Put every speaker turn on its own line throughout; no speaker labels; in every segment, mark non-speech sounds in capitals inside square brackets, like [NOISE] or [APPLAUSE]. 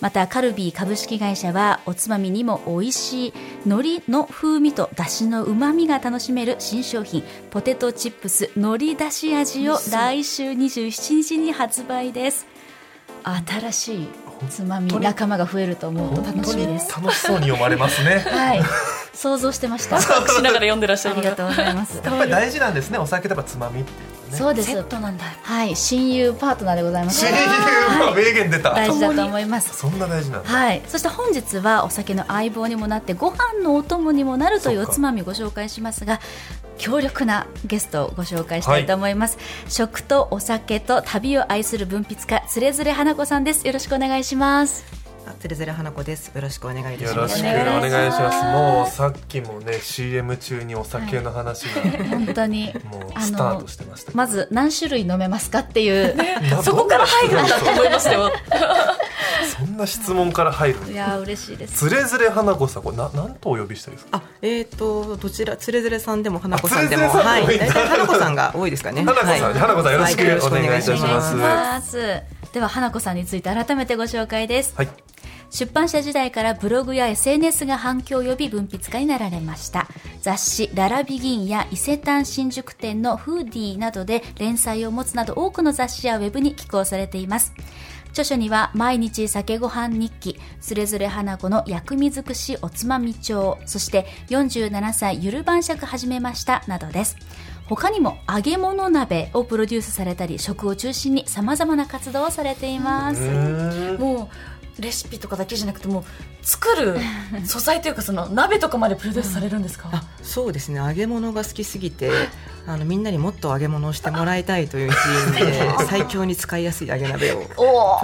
またカルビー株式会社はおつまみにも美味しい海苔の風味とだしのうまみが楽しめる新商品ポテトチップス海苔だし味を来週27日に発売です
新しいおつまみ仲間が増えると思うと
本
楽
当
し
に
みです。
楽しそうに読まれますね
はい。想像してました。
しながら読んでらっしゃ
あ
る
り
の
が
が
とうございます。
やっぱり大事なんですねお酒とかつまみっていうのはね
そうです。セットなんだ。はい、親友パートナーでございます
親。友が名言出た、
大事だと思います。
そんな大事なんだ
はい、そして本日はお酒の相棒にもなってご飯のお供にもなるという
そ
お
っか
つまみご紹介しますが強力なゲストをご紹介したいと思います、食とお酒と旅を愛する文筆家つれづれ花子さんですよろしくお願いします
あつれづれ花子です。よろしくお願いいた
よ
し
ろ
ま
し
す。
くお願いしますもうさっきもね CM 中にお酒の話が、
本当に。
もう
あ
スター
の
トしてましたけど
まず何種類飲めますかって
[LAUGHS]
いう。
そこから入るんだ
と思いましたよ
[LAUGHS] そんな質問から入るん
い
だ
やー嬉しいです。
つれづれ花子さんこれな何とお呼びしたいですか
あ、えっ、とどちらつれづれさんでも花子さんでも、
あつれづれさ
は
ん
い、
でもいいんだ
大体花子さんが多いですかね。
花子さん
はい
花子さんよろしく
は
お願いいたし
お願い
ます
します。では花子さんについて改めてご紹介です。
はい
出版社時代からブログや SNS が反響を呼び文筆家になられました雑誌「ララビギン」や伊勢丹新宿店の「フーディー」などで連載を持つなど多くの雑誌やウェブに寄稿されています著書には「毎日酒ご飯日記」「つれづれ花子の薬味尽くしおつまみ帳」そして「47歳ゆる晩酌始めました」などです他にも揚げ物鍋をプロデュースされたり食を中心に様々な活動をされています、
もうレシピとかだけじゃなくてもう作る素材というかその鍋とかまでプロデュースされるんですか、
あ、そうですね。揚げ物が好きすぎて、あのみんなにもっと揚げ物をしてもらいたいという一
[LAUGHS]
因で最強に使いやすい揚げ鍋をプ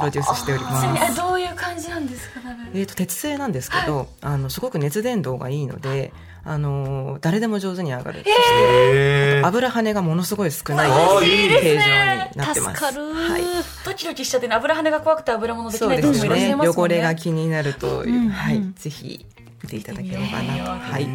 ロデュースしており
ちなみ
ま
に
す。
あどういう感じなんですか鍋
えー、と鉄製なんですけど、あのすごく熱伝導がいいので、あのー誰でも上手に揚がる、そして
へー
油跳ねがものすごい少ない
あーいい
形状になって
助
ます
か。る。
ドキドキしちゃってね油跳ねが怖くて油物でき
そう
ない
で
人もい
す
らっしゃい
ね。
ますも
汚
んね
れが気になるという、はい、ぜひ見ていただければなと、はい。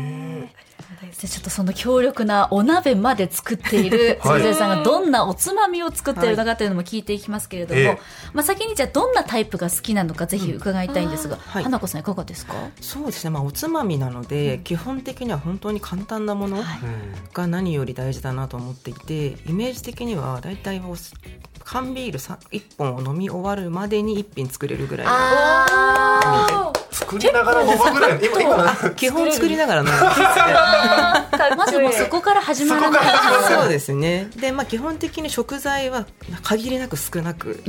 じゃあちょっとその強力なお鍋まで作っている
はい
鈴江さんがどんなおつまみを作っているのかというのも聞いていきますけれども、
ええ
まあ、先にじゃあどんなタイプが好きなのかぜひ伺いたいんですが、
はい
花子さんいかがですか
そうですね。まあおつまみなので、基本的には本当に簡単なもの
うん
が何より大事だなと思っていて、イメージ的にはだいたいお缶ビールさ一本を飲み終わるまでに一品作れるぐらいの。
作りながら飲むぐらい今今なんか
基本作りながら飲む。
まずもうそこから始まらない
[LAUGHS] そうですね。で、まあ基本的に食材は限りなく少なく、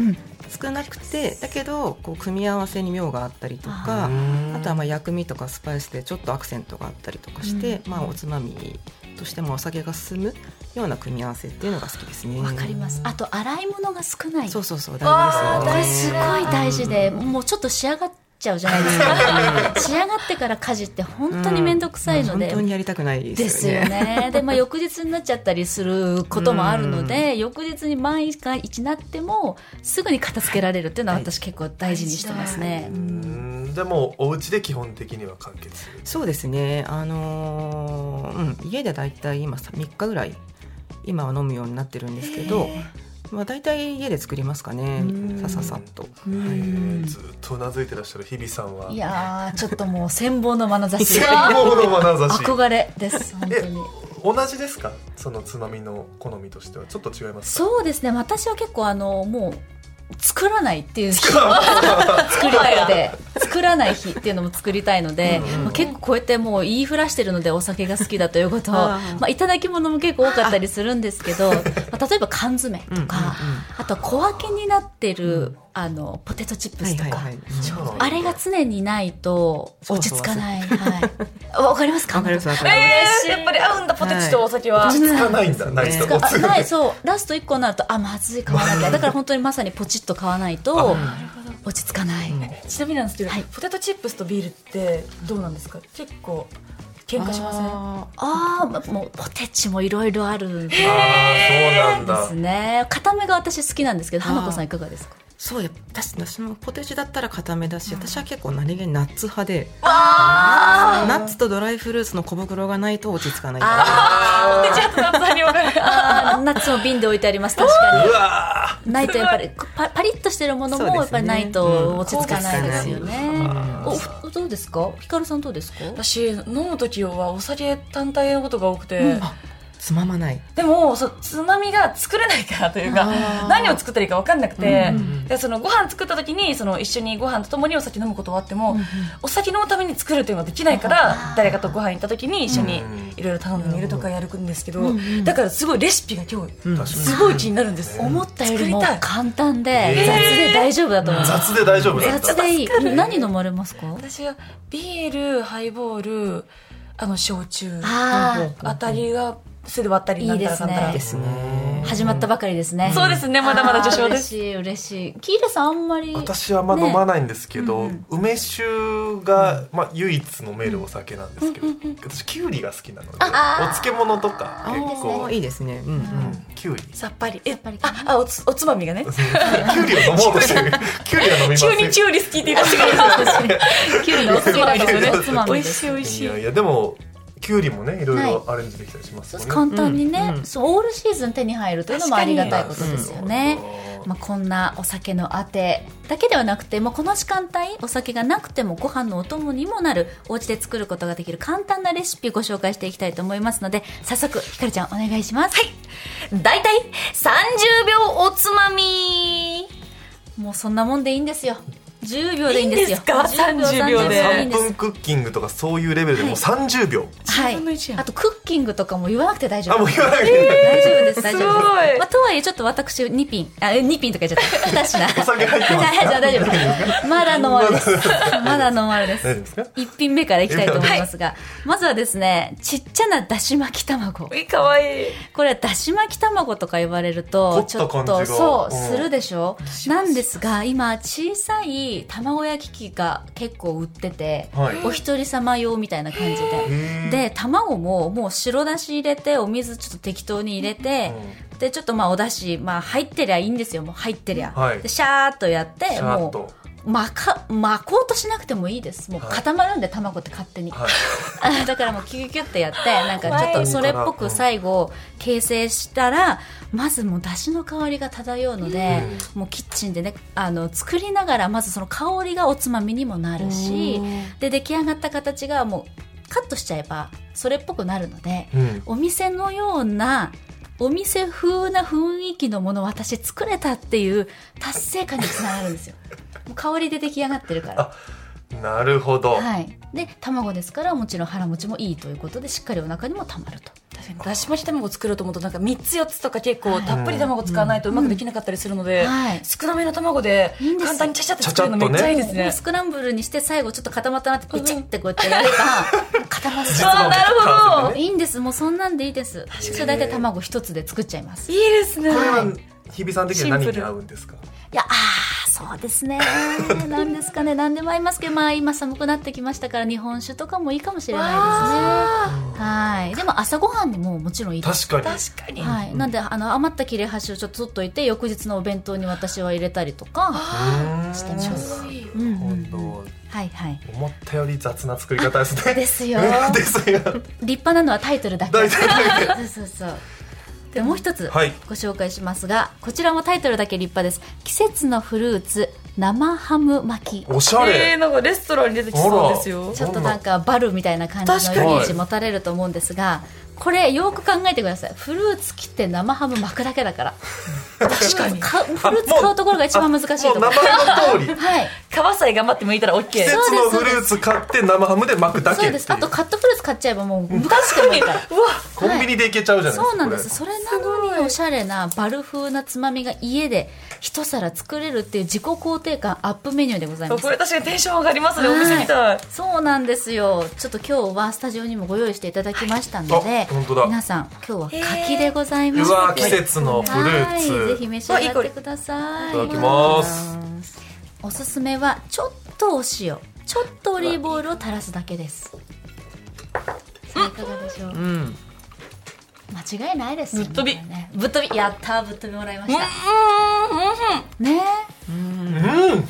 少なくてだけどこう組み合わせに妙があったりとか、あとはまあ薬味とかスパイスでちょっとアクセントがあったりとかして、まあおつまみとしてもお酒が進むような組み合わせっていうのが好きですね。
わかります。あと洗い物が少ない。
そうそうそう
あ
大
ー
事
こ
で
れ
すよ
すごい大事で、もうちょっと仕上がっちゃうじゃないですか。仕上がってから家事って本当に面倒くさいの
本
で。
当にやりたくないで
ですす
よ
よ
ね。
ね。で、まあ、翌日になっちゃったりすることもあるので、翌日に万が一なっても、すぐに片付けられるっていうのは私結構大事にしてますね。
うんじゃあもうお家で基本的には完結
そうですね。あのーうん家でだいたい今さ三日ぐらい今は飲むようになってるんですけど、まあだいたい家で作りますかね。さささっと。
へえずっとうなずいてらっしゃる日比さんはい
やー、ちょっともう、羨望の眼差し。
もの眼差し
憧れです、本当
え
に。
同じですかそのつまみの好みとしてはちょっと違いますか
そうですね。私は結構あの、もう、作らないっていう日作りたいので、作らない日っていうのも作りたいので、まあ結構こうやってもう言いふらしてるのでお酒が好きだということを、
あー
まあいただき物も結構多かったりするんですけど、まあ例えば缶詰とか、あとは小分けになってる、あの、ポテトチップ
は
ス
い
と
はい
か、
はい。
そうなんだ
あれが常にないと
そう
落
そ
ち
う
着かない。はい。わかりますか
わかりますわかります。
えー、やっぱり合うんだポテチとお酒は、
落ち着かないんだないと
落
落
あ
ち着
ないそうラスト1個になるとあまずい買わなきゃだから本当にまさにポチッと買わないと落ち着かない、
ちなみになんですけど、
はい
ポテトチップスとビールってどうなんですか結構喧嘩しません
あ
ああまもうポテチもいろいろあるんで
ああそうな
す
んだ
ね固めが私好きなんですけど花子さんいかがですか
ーそうや私私もポテチだったら固めだし、私は結構何気にナッツ派で、ナッツとドライフルーツの小袋がないと落ち着かない。
[LAUGHS]
あーナッツも瓶で置いてあります確か
うわ
にないとやっぱりパパリッとしてるものも
そうですね
やっぱりないと落ち着かないですよね、
ー
おふどうですかひかるさんどうですか
私飲む時はお酒単体のことが多くて、
つままない。
でもそうつまみが作れないからというか何を作ったらいいか分かんなくて、でそのご飯作った時にその一緒にご飯とともにお酒飲むことはあっても、お酒飲むために作るというのはできないから誰かとご飯行った時に一緒に
うん
いろいろ頼んでみるとかやるんですけど、だからすごいレシピが今日
確
ん
かに
すごい気になるんです、
思ったよりも
作りたい
簡単で
えー
雑で大丈夫だと思います、
雑で大丈夫なんだ
雑でいい何飲まれますか
私はビールハイボールあの焼酎
あ
当たりがする割ったりなんたらかんたら
いいですね
ですね
あ。始まったばかりですね
そうですねまだまだ序章です
あー嬉しい嬉しいキーラさんあんまり
私はまあ飲まないんですけど、梅酒が、まあ、唯一飲めるお酒なんですけど、私きゅうりが好きなのでお漬物とか
あ
結構
ーいいですね。うんうん。
き [LAUGHS] ゅうり
さっぱりえ
ぱり
ああおつおつまみがね
きゅうりを飲もうとしてるきゅうりは飲みません
急にチューリス聞いていらっしゃる
キュウリのおつまみですよねおつま
美
みで
味し
す
い美味し
い
い
やいやでもきゅうりもねいろい
は
ろアレンジできたりしますもんね、
簡単にね、
うんうん
そうオールシーズン手に入るというのもありがたいことですよね
確かにう、ん
まあ、こんなお酒のあてだけではなくて、まあ、この時間帯お酒がなくてもご飯のお供にもなるお家で作ることができる簡単なレシピご紹介していきたいと思いますので早速ひかるちゃんお願いしますはい
大体、30秒おつまみ。
もうそんなもんでいいんですよ10秒でいいんですよ
いいんですか30秒で
30いい
3
んです
分クッキングとかそういうレベルでもう30秒、
は
10分の1や
い、
ん
あとクッキングとかも言わなくて大丈
あも
夫
う
です
言わないで、
大丈夫です大丈夫です
すごい
まあ、とはいえちょっと私2品あえ2品とか言っちゃった2
[LAUGHS]
品
お酒入ってますか
じゃあ大丈夫ですまだノンアルですまだノンアルで
大丈夫
す
ですか
一品目からいきたいと思いますが、まずはですねちっちゃなだし巻き卵
えかわいい
これはだし巻き卵とか言われるとち
凝
ょ
っ
った
感じ
と
が
そう
うん
するでしょなんですが今小さい卵焼き器が結構売ってて、
はい
お一人様用みたいな感じ
へー
でで卵ももう白だし入れてお水ちょっと適当に入れて、でちょっとまあおだし、まあ、入ってりゃいいんですよもう入ってりゃ、
はい
でシャーっとやって
シャーっ
も
と
う巻か巻こうとしなくてもいいですもう
はい
固まるんで卵って勝手に、
はい
あ [LAUGHS] だからもうキュキュキュってやっ
[LAUGHS]
てなんかちょっとそれっぽく最後形成したらまずもう出汁の香りが漂うので、もうキッチンでねあの作りながらまずその香りがおつまみにもなるしで出来上がった形がもうカットしちゃえばそれっぽくなるので、
うん
お店のようなお店風な雰囲気のものを私作れたっていう達成感につながるんですよ。もう香りで出来上がってるから。
なるほど、
はい、で卵ですからもちろん腹持ちもいいということでしっかりお腹にもたまると
確かにだし巻き卵作ろうと思うとなんか3つ4つとか結構たっぷり卵使わないとうまくできなかったりするので、
はい
少なめの卵で
いいんですよ
簡単にちゃちゃって作るのめっちゃいいですね。
スクランブルにして最後ちょっと固まったなってペチってこうやって [LAUGHS] やれば固まる
そうなるほど
いいんですもうそんなんでいいですそれ大体卵一つで作っちゃいますい
いいですね。
これは日比さん的には何に合うんですか
やあーそうです [LAUGHS] ね何ですかね何でも合いますけどまあ今寒くなってきましたから日本酒とかもいいかもしれないですねはいでも朝ごはんでももちろんいいです
確かに
確かに。
はい、なんであの余った切れ端をちょっと取っといて翌日のお弁当に私は入れたりとかしてます、うんうん
今度
はいはい
思ったより雑な作り方ですね。
ですよ
ですよ。
立派なのはタイトルだけ
大体
そうそうそうでもう一つ
はい
ご紹介しますが、こちらもタイトルだけ立派です季節のフルーツ生ハム巻き
おしゃ
えー、
れ。
なんかレストランに出てきそうですよ。
ちょっとなんかバルみたいな感じの
確
イ
か
に
メージ持たれると思うんですがこれよく考えてくださいフルーツ切って生ハム巻くだけだから確かにフルーツ買うところが一番難しいと
も
こ
う
ろ
名前の通り。
はい
皮さえ頑張って剥いたら OK。
季節のフルーツ買って生ハムで巻くだけ
そう
って
で
いう
すあとカットフルーツ買っちゃえばもう昔からもいいから
コンビニでいけちゃうじゃないですか。
そうなんで
こ
す
れ
それなのにおしゃれなバル風なつまみが家で一皿作れるっていう自己肯定感アップメニューでござい
そ
ま
う
す
これ確かにテンション上がりますね。お
はい
店みたい。
そうなんですよちょっと今日はスタジオにもご用意していただきましたの
はい
で
あ本当だ
皆さん今日は柿でございま
う
す
わー季節のフルー
はいぜ
ツ。
ひ
い
召し上がってください
ただきます。
おすすめはちょっとお塩ちょっとオリーブオイルを垂らすだけですさあいかがでしょう
うん
間違いないですよね
ぶっ飛び
これねぶっ飛びやったーぶっ飛びもらいましたねえ
うん。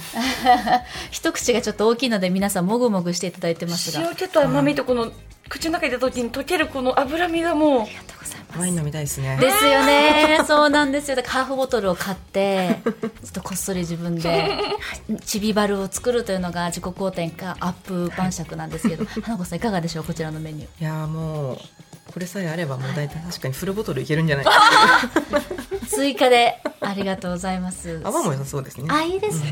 一口がちょっと大きいので皆さんもぐもぐしていただいてますがあり
塩気と甘みとこの口の中に入れた時に溶けるこの脂身がもう。
がとうございます
ワイン飲みたいですね
ですよねそうなんですよだからハーフボトルを買 [LAUGHS] ってちょっとこっそり自分でちびバルを作るというのが自己肯定感アップ晩酌なんですけ [LAUGHS] ど花子さんいかがでしょうこちらのメニュー
いやーもうこれさえあればもう大体確かにフルボトルいけるんじゃないか
追加でありがとうございます
泡も良さそうですね
あいいですね、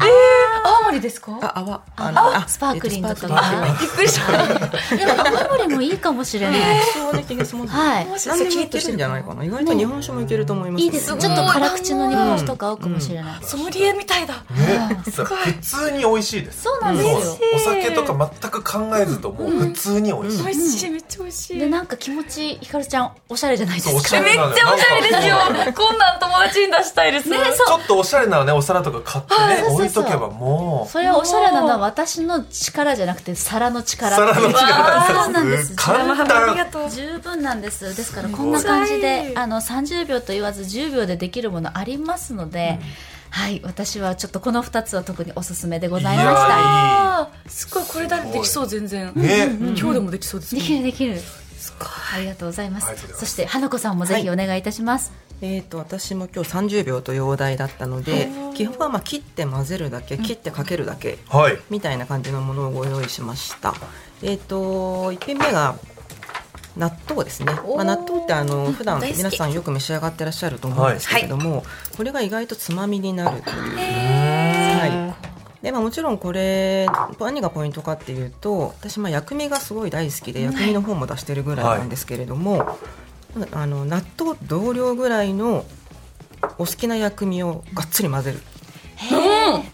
青森ですか？
あ泡あの
あ
あ
スパークリング
え
と
っ
か
びっくりした。
でも青森もいいかもしれない
とスパークリングそうな気がします
は
何
い
でもいけるんじゃないかな意外と日本酒もいけると思います
いいです
ね
ちょっと辛口の日本酒とか合うかもしれない、
ソムリエみたいだ。
ね。普通に美味しいです。
そうなんですよ、
お酒とか全く考えずともう普通に美味しい。
美味しい、めっちゃ美味しい。
でなんか気持ちひかるちゃんおしゃれじゃないです
そうおしゃ
か
れ
めっちゃおしゃれですよ
なんか。
こんなん友達に出したいです。ね、
ちょっとおしゃれなねお皿とか買ってね
はい
置いとけばも
それはおしゃれなのは私の力じゃなくて皿の
う
力
皿の
そうなんで
力
す
す簡
あり
単
がとう。
十分なんですですからこんな感じであの30秒と言わず10秒でできるものありますので、はい私はちょっとこの2つは特におすすめでございました
や
あーすごいこれだってできそう全然。
いいね、
今日でもできそうです
で
ね。
きるできるありがとうございま
ありがとうご
す
ざいます
そして花子さんもぜひお願いいたします、
えー、と私も今日30秒というお題だったので基本はまあ切って混ぜるだけ切ってかけるだけ
はい
みたいな感じのものをご用意しました。えっ、と一品目が納豆ですね。まあ、納豆ってあの普段皆さんよく召し上がってらっしゃると思うんですけれども、これが意外とつまみになるという。はい。でまあ、もちろんこれ何がポイントかっていうと私まあ薬味がすごい大好きで薬味の方も出してるぐらいなんですけれども、あの納豆同量ぐらいのお好きな薬味をがっつり混ぜる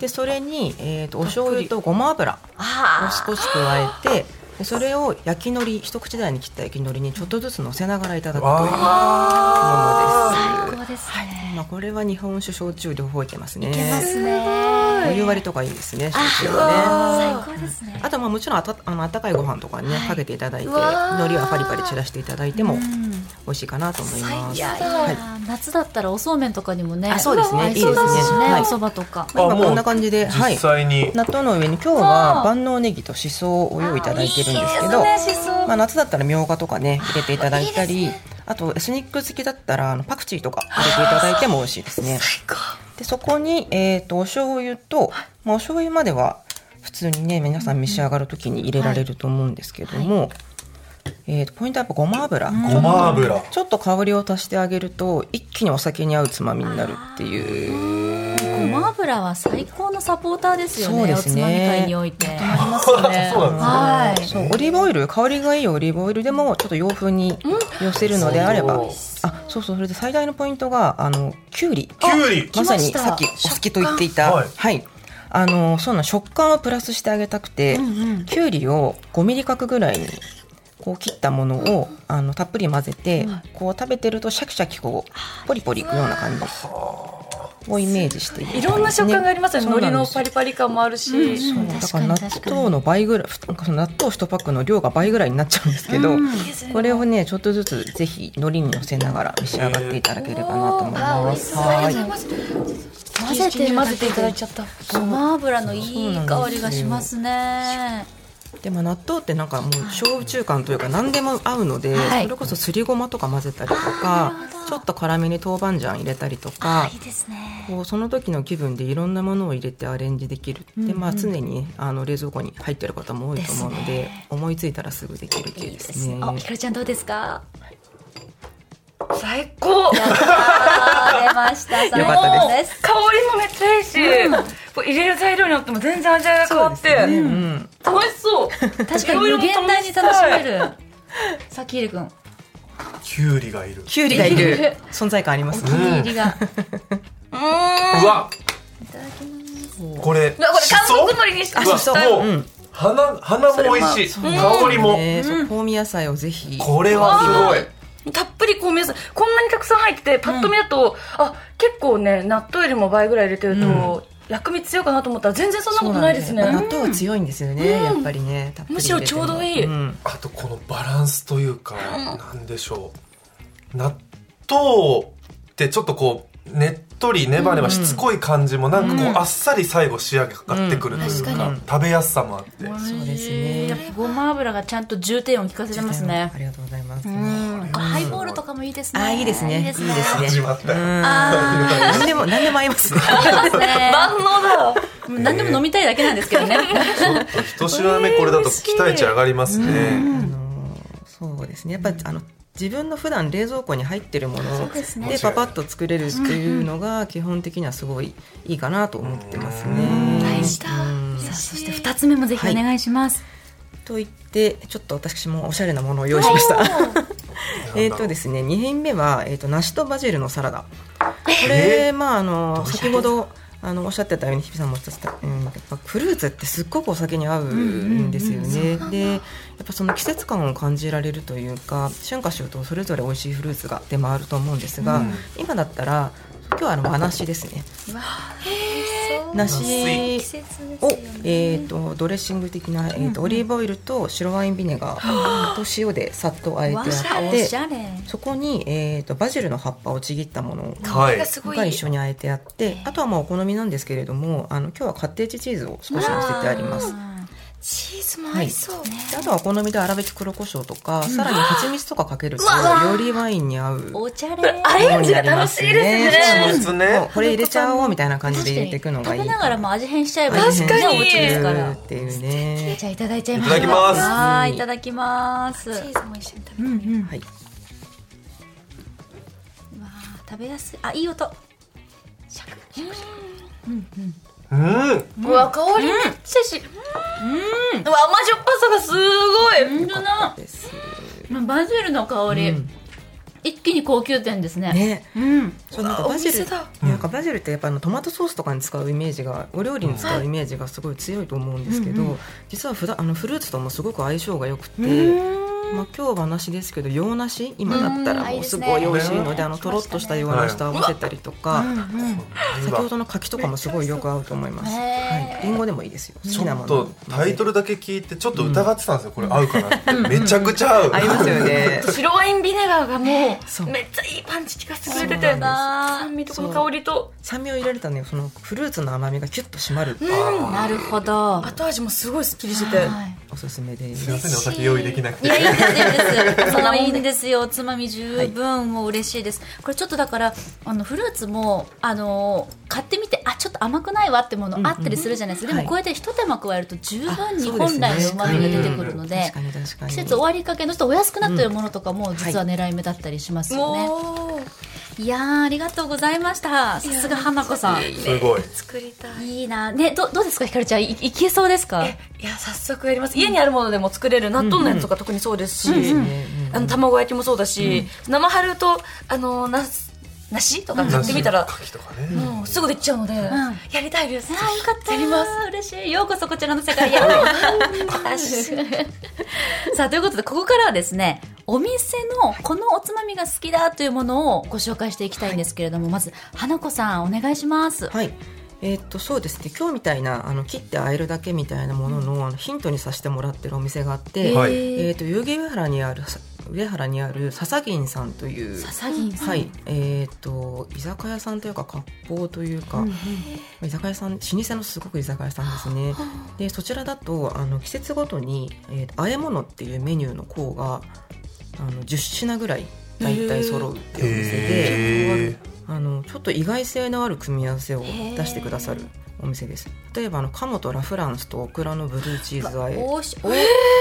でそれに、えー、とお醤油とごま油を少し加えてでそれを焼きのり一口大に切った焼きのりにちょっとずつ乗せながらいただくというものです。
最高ですね、
まあ、これは日本酒焼酎両方いけますね
いけますね
お湯割りとかいいですね焼酎はね
あ最高ですね
あとまあもちろんあたあの温かいご飯とかにね、
はい
かけていただいて海
わー
苔はパリパリ散らしていただいても
うん
美味しいかなと思います
いやいや、
はい
夏だったらおそうめんとかにもね
あそうですね
合いそうですしね
いいですねはい
おそばとか
あ
今
もう
こんな感じで、はい
実、際に、
納豆の上に今日は万能ネギとしそをご用意いただいてるんですけどまあ、夏だったらみょうがとかね入れていただいたりあとエスニック好きだったらあのパクチーとか入れていただいても美味しいですねでそこに、えー、とお醤油と、まあ、お醤油までは普通にね皆さん召し上がる時に入れられると思うんですけども、えー、とポイントはやっぱごま油、
ごま油
ちょっと香りを足してあげると一気にお酒に合うつまみになるっていう
もマーブラは最高のサポーターですよね
そうですね
おつまみ会において
[LAUGHS] そうなんですね
はい
そうオリーブオイル香りがいいオリーブオイルでもちょっと洋風に寄せるのであれば、
うん
あそうそうそれで最大のポイントがあのきゅうり
きゅうり
まさにさっきお好きと言っていた
はい
はいあのそうなの食感をプラスしてあげたくて、きゅうりを5ミリ角ぐらいにこう切ったものをあのたっぷり混ぜて、こう食べてるとシャキシャキこうポリポリいくような感じをイメージしていただ
い
てね
ろんな食感がありますよね
そう
海苔
なんで
の
す
パリパリ感もあるし、
そうだから納豆の倍ぐらいふなんかその納豆1パックの量が倍ぐらいになっちゃうんですけど、これをねちょっとずつぜひ海苔に乗せながら召し上がっていただければなと思います。はい
混ぜて
混ぜていただいちゃった
ごま油のいい香りがしますね
でも納豆ってなんかもう小中間というか何でも合うので、それこそすりごまとか混ぜたりとかちょっと辛めに豆板醤入れたりとかこうその時の気分でいろんなものを入れてアレンジできる、でまあ、常にあの冷蔵庫に入ってる方も多いと思うので思いついたらすぐできる系ですね。
あひかるちゃんどうですか
最高
あー出ました
よかった
最高
香りもめっちゃいいし、こう入れる材料によっても全然味が変わって、
うん
楽しそう
確かに無限大に楽しめるさっきりくん
きゅうりがいる
キュウリがいる存在感あります
お気に入りが
うわこれ
うわこれ
し
韓国
そ
海苔にして
あしそ
もう、
うん
花花も美味しい、香りも、
ねそう香味野菜をぜひ
これはすごい
たっぷり香味野菜こんなにたくさん入っててパッと見だと、あ結構ね納豆よりも倍ぐらい入れてると、薬味強いかなと思ったら全然そんなことないですね
そうなんだよ納豆は強いんですよね、やっぱりねたっぷり入れても
むしろちょうどいい
ん
あとこのバランスというか、なんでしょう納豆ってちょっとこうねっとりネバネバしつこい感じもなんかこう、あっさり最後仕上げかかってくるというか,、食べやすさもあって、
そうですね
やっぱごま油がちゃんと重点を聞かせてますね
ありがとうございます、
うんハイボールとかもいいですね
あいいですねいいですね
始まったよ、
何でも何でも合いますね
[LAUGHS] 万能だ何でも飲みたいだけなんですけどね
一品目これだと期待値上がりますね、
あのそうですねやっぱりあの自分の普段冷蔵庫に入ってるもので,、パパッと作れるっていうのが基本的にはすごいいいかなと思ってますね、
[LAUGHS] 大事ださあそして二つ目もぜひお願いします
と言ってちょっと私もおしゃれなものを用意しました。えっとですね2品目は、えー、と梨とバジルのサラダこれ、まああの先ほどあのおっしゃってたように日比さんもおっしゃってた、うん、やっぱフルーツってすっごくお酒に合うんですよね、でやっぱその季節感を感じられるというか春夏秋冬それぞれ美味しいフルーツが出回ると思うんですが、今だったら今日はあの和梨ですね梨を、えー、とドレッシング的な、えーとオリーブオイルと白ワインビネガーと塩でさっと和えてあ
わあ
っ
お
て
しゃれ
そこに、えー、とバジルの葉っぱをちぎったもの
はい
が一緒に和えてあってあとはまあお好みなんですけれどもあの今日はカッテージチーズを少し乗せてあります。チーズも合いそう、であとはお好みで粗びき黒胡椒とか、さらに蜂蜜とかかけるとよりワインに合う
おちゃれ
アレンジが
ものになりま
楽しいですね
そうですね
そうこれ入れちゃおうみたいな感じで入れていくのがいい
食べながらも味変しちゃえばいい
確
ね
か
お
に
家ですから
っていうね。
じゃあいただいちゃいま
いただきます
はいいただきますチーズも一緒に食べ
はい。
食べやすいあいい音
うん
うわ香りめっちゃいいし、うんうわ甘じょっぱさがすごい、
本当だ
です
バジルの香り、一気に高級店ですね
ね、
うん
そうなんかバジル、なんかバジルってやっぱあのトマトソースとかに使うイメージが、お料理に使うイメージがすごい強いと思うんですけど、実は普段あのフルーツともすごく相性が良くて、まあ今日は梨ですけど洋梨今だったらもうすごい美味しいので、あのとろっとした洋梨と合わせたりとか、先ほどの柿とかもすごいよく合うと思います。はい、リンゴでもいいですよ。好
ち
きな
ょっ
も
と
の。
タイトルだけ聞いてちょっと疑ってたんですよ、これ合うかなって、めちゃくちゃ合う
合いますよね。 [LAUGHS]
白ワインビネガーがも
そう
うめっちゃいいパンチ効かせてくれて
そうな
て酸
んです
味とこの香りと
酸味を入れるとねそのフルーツの甘みがキュッと締まる、
なるほど
後味もすごいすっきりしてて
おすすめですす
いませんねお酒用意できなくて
いやいいん [LAUGHS] ですよ。もういいんですよ。おつまみ十分もう嬉しいです。これちょっとだからあのフルーツもあの買ってみてあちょっと甘くないわってものあったりするじゃないですか。
うん
で
うん
もこうやって一手間加えると十分に
あそうです
本
ね
来の旨味が出てくるので
確。かに確かに
季節終わりかけのちょっとお安くなっているものとかも実は狙い目だったりしますよね。
もう
いやーありがとうございましたさすが花子さん
すごい
作りたい
いいなねどどうですかひかるちゃんいいけそうですか
えいや早速やります家にあるものでも作れる納豆のやつとか特にそうですし、あの卵焼きもそうだし、生春とあのなす梨とか買ってみたら、
牡蠣とかね、
もうすぐできちゃうので、やりたいです
あーよかった
やります
嬉しいようこそこちらの世界へさあということでここからはですねお店のこのおつまみが好きだというものをご紹介していきたいんですけれども、まず花子さんお願いします
はい。えーっとそうですね今日みたいなあの切ってあえるだけみたいなものの,、あのヒントにさせてもらってるお店があって、
はい
えーっと代々木上原にあるさ上原にある笹銀さんという
さぎんさん、
はい、えっ、と居酒屋さんというか割烹というか、居酒屋さん老舗のすごく居酒屋さんですね。でそちらだとあの季節ごとに、えーと和え物っていうメニューの項があの10品ぐらい大体揃うっていうお店で、
へ
あのちょっと意外性のある組み合わせを出してくださるお店です。例えばあの鴨とラフランスとオクラのブルーチーズ和え。
おしお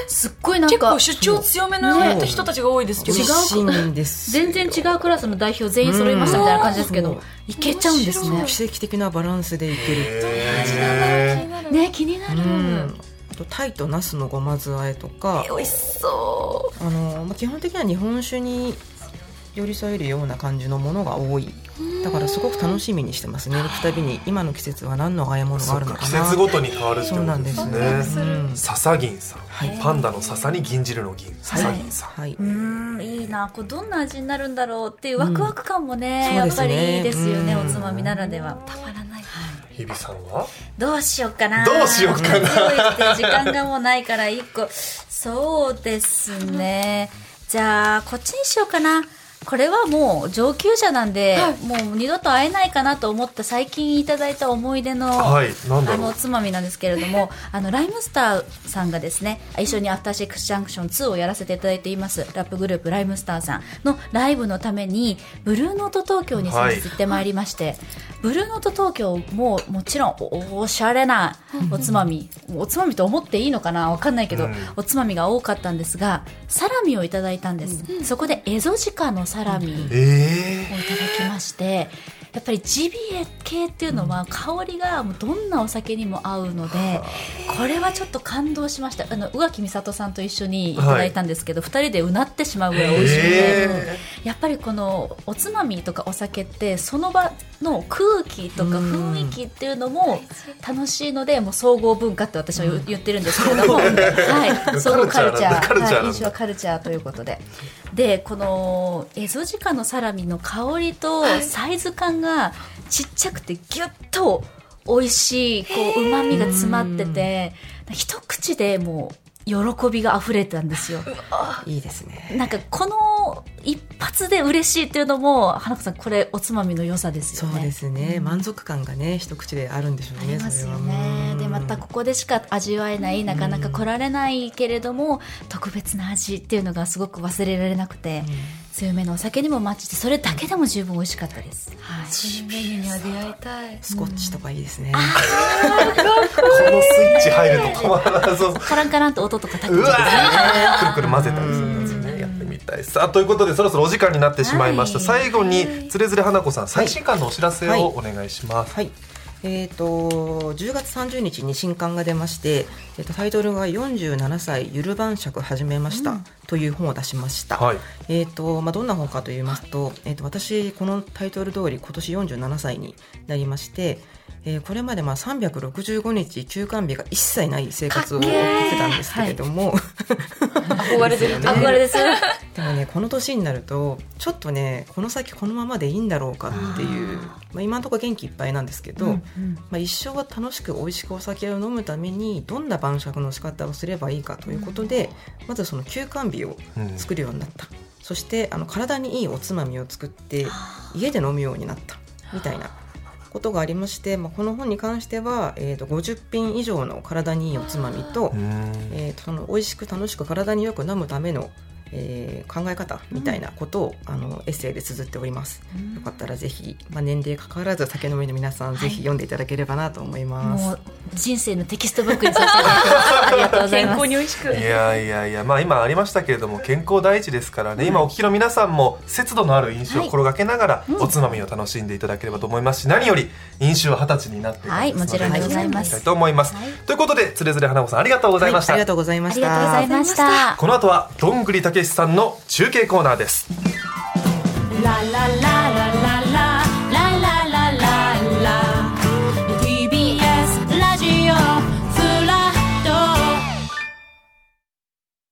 すっごいなん
結
か
構主張強めの
ね
人たちが多いですけ
美
ど
味しいんですよ
全然違うクラスの代表全員揃いましたみたいな感じですけ
うん
どいけちゃうんですね
奇跡的なバランスでいける。
え
ね気になる、
うんあとタイとナスのごま酢和えとか
美味しそ
あの、まあ、基本的には日本酒に寄り添えるような感じのものが多いだからすごく楽しみにしてますね行くたびに今の季節は何の和え物があるのかな
季節ごとに変わるってこ
そうな
と
んで
ですす
ね
ね
うん
笹銀さん、
はい
パンダの笹に銀汁の銀笹銀さん、
はい、
うんいいなこれどんな味になるんだろうっていうワクワク感もね、
うん
やっぱ
そうですね
りいいですよね、
うん
おつまみならではたまらない
日比さんは
どうしようかな
どうしようかな
な時間がもうないから一個そうですねじゃあこっちにしようかなこれはもう上級者なんで、もう二度と会えないかなと思った最近いただいた思い出の
はいなんだ
あ
ろ
の
う
おつまみなんですけれども、 [LAUGHS] あのライムスターさんがですね、一緒にアフターシックスジャンクション2をやらせていただいています、ラップグループライムスターさんのライブのために、ブルーノート東京に先日行ってまいりまして、ブルーノート東京ももちろんおおしゃれなおつまみ、おつまみと思っていいのかな、わかんないけど、
うん
おつまみが多かったんですが、サラミをいただいたんです。そこでエゾジカのサラミ。
え
をいただきましてやっぱりジビエ系っていうのは香りがもうどんなお酒にも合うので、これはちょっと感動しましたあの宇垣美里さんと一緒にいただいたんですけど、二人でうなってしまうぐらい美味しいので、
え
やっぱりこのおつまみとかお酒ってその場の空気とか
うん
雰囲気っていうのも楽しいのでもう総合文化って私は言言ってるんですけれ
[LAUGHS]
ども、はい、総合カルチャー
カルチャーなんだカルチャーなんだ
はい、飲酒はカルチャーということででこのエゾジカのサラミの香りとサイズ感がちっちゃくてギュッと美味しいこうまみが詰まってて一口でもう喜びが溢れたんですよ。
いいですね
なんかこの一発で嬉しいっていうのも花子さんこれおつまみの良さです
そ
よね。
うですね、満足感がね一口であるんでしょう
あ
ね
ります
そ
よ
れは
ね
うん
でまたここでしか味わえないなかなか来られないけれども特別な味っていうのがすごく忘れられなくて強めのお酒にもマッチしてそれだけでも十分美味しかったです。はい、
うメニューには出会いたい
スコッチとかいいですね、
このスイッチ入ると困らなそう
カランカランと音とかたく
う
ち
わ
ゃ
ーくるくる混ぜたりするんですよねやってみたいさあということでそろそろお時間になってしまいました、
はい
最後につれづれ花子さん最新刊のお知らせをお願いします、
はい。えー、と10月30日に新刊が出まして、えー、とタイトルが「47歳ゆる晩酌始めました」という本を出しました、
はい
えーとまあ、どんな本かと言いますと,、えー、と私このタイトル通り今年47歳になりまして、えーこれまでまあ365日休館日が一切ない生活を送ってたんですけれども、
憧れてる
憧れですよ。
でもねこの年になるとちょっとねこの先このままでいいんだろうかっていうまあ、今のところ元気いっぱいなんですけど、まあ、一生は楽しく美味しくお酒を飲むためにどんな晩酌の仕方をすればいいかということで、まずその休館日を
うん
作るようになった、そしてあの体にいいおつまみを作って家で飲むようになったみたいなことがありまして、まあ、この本に関しては、えー、と50品以上の体にいいおつまみと
うーん
えー、とその美味しく楽しく体によく飲むためのえー考え方みたいなことを、あのエッセイで綴っております、よかったらぜひ、まあ、年齢関わらず酒飲みの皆さん、ぜひ読んでいただければなと思います
もう人生のテキストブックにさせていただきます。ありがとうござい
健
ます。
康に美味しく
いやいやいや、まあ今ありましたけれども、健康第一ですからね、今お聞きの皆さんも節度のある飲酒を心がけながら、おつまみを楽しんでいただければと思いますし、何より飲酒は二十歳になって
はいもちろんでございます
たいと思います。ということで、つれづれ花子さんありがとうございました。
ありがとうございま
あ
し
りがとうございました。
この後は、どんぐりたけしさんの中継コーナーです。
ラララララ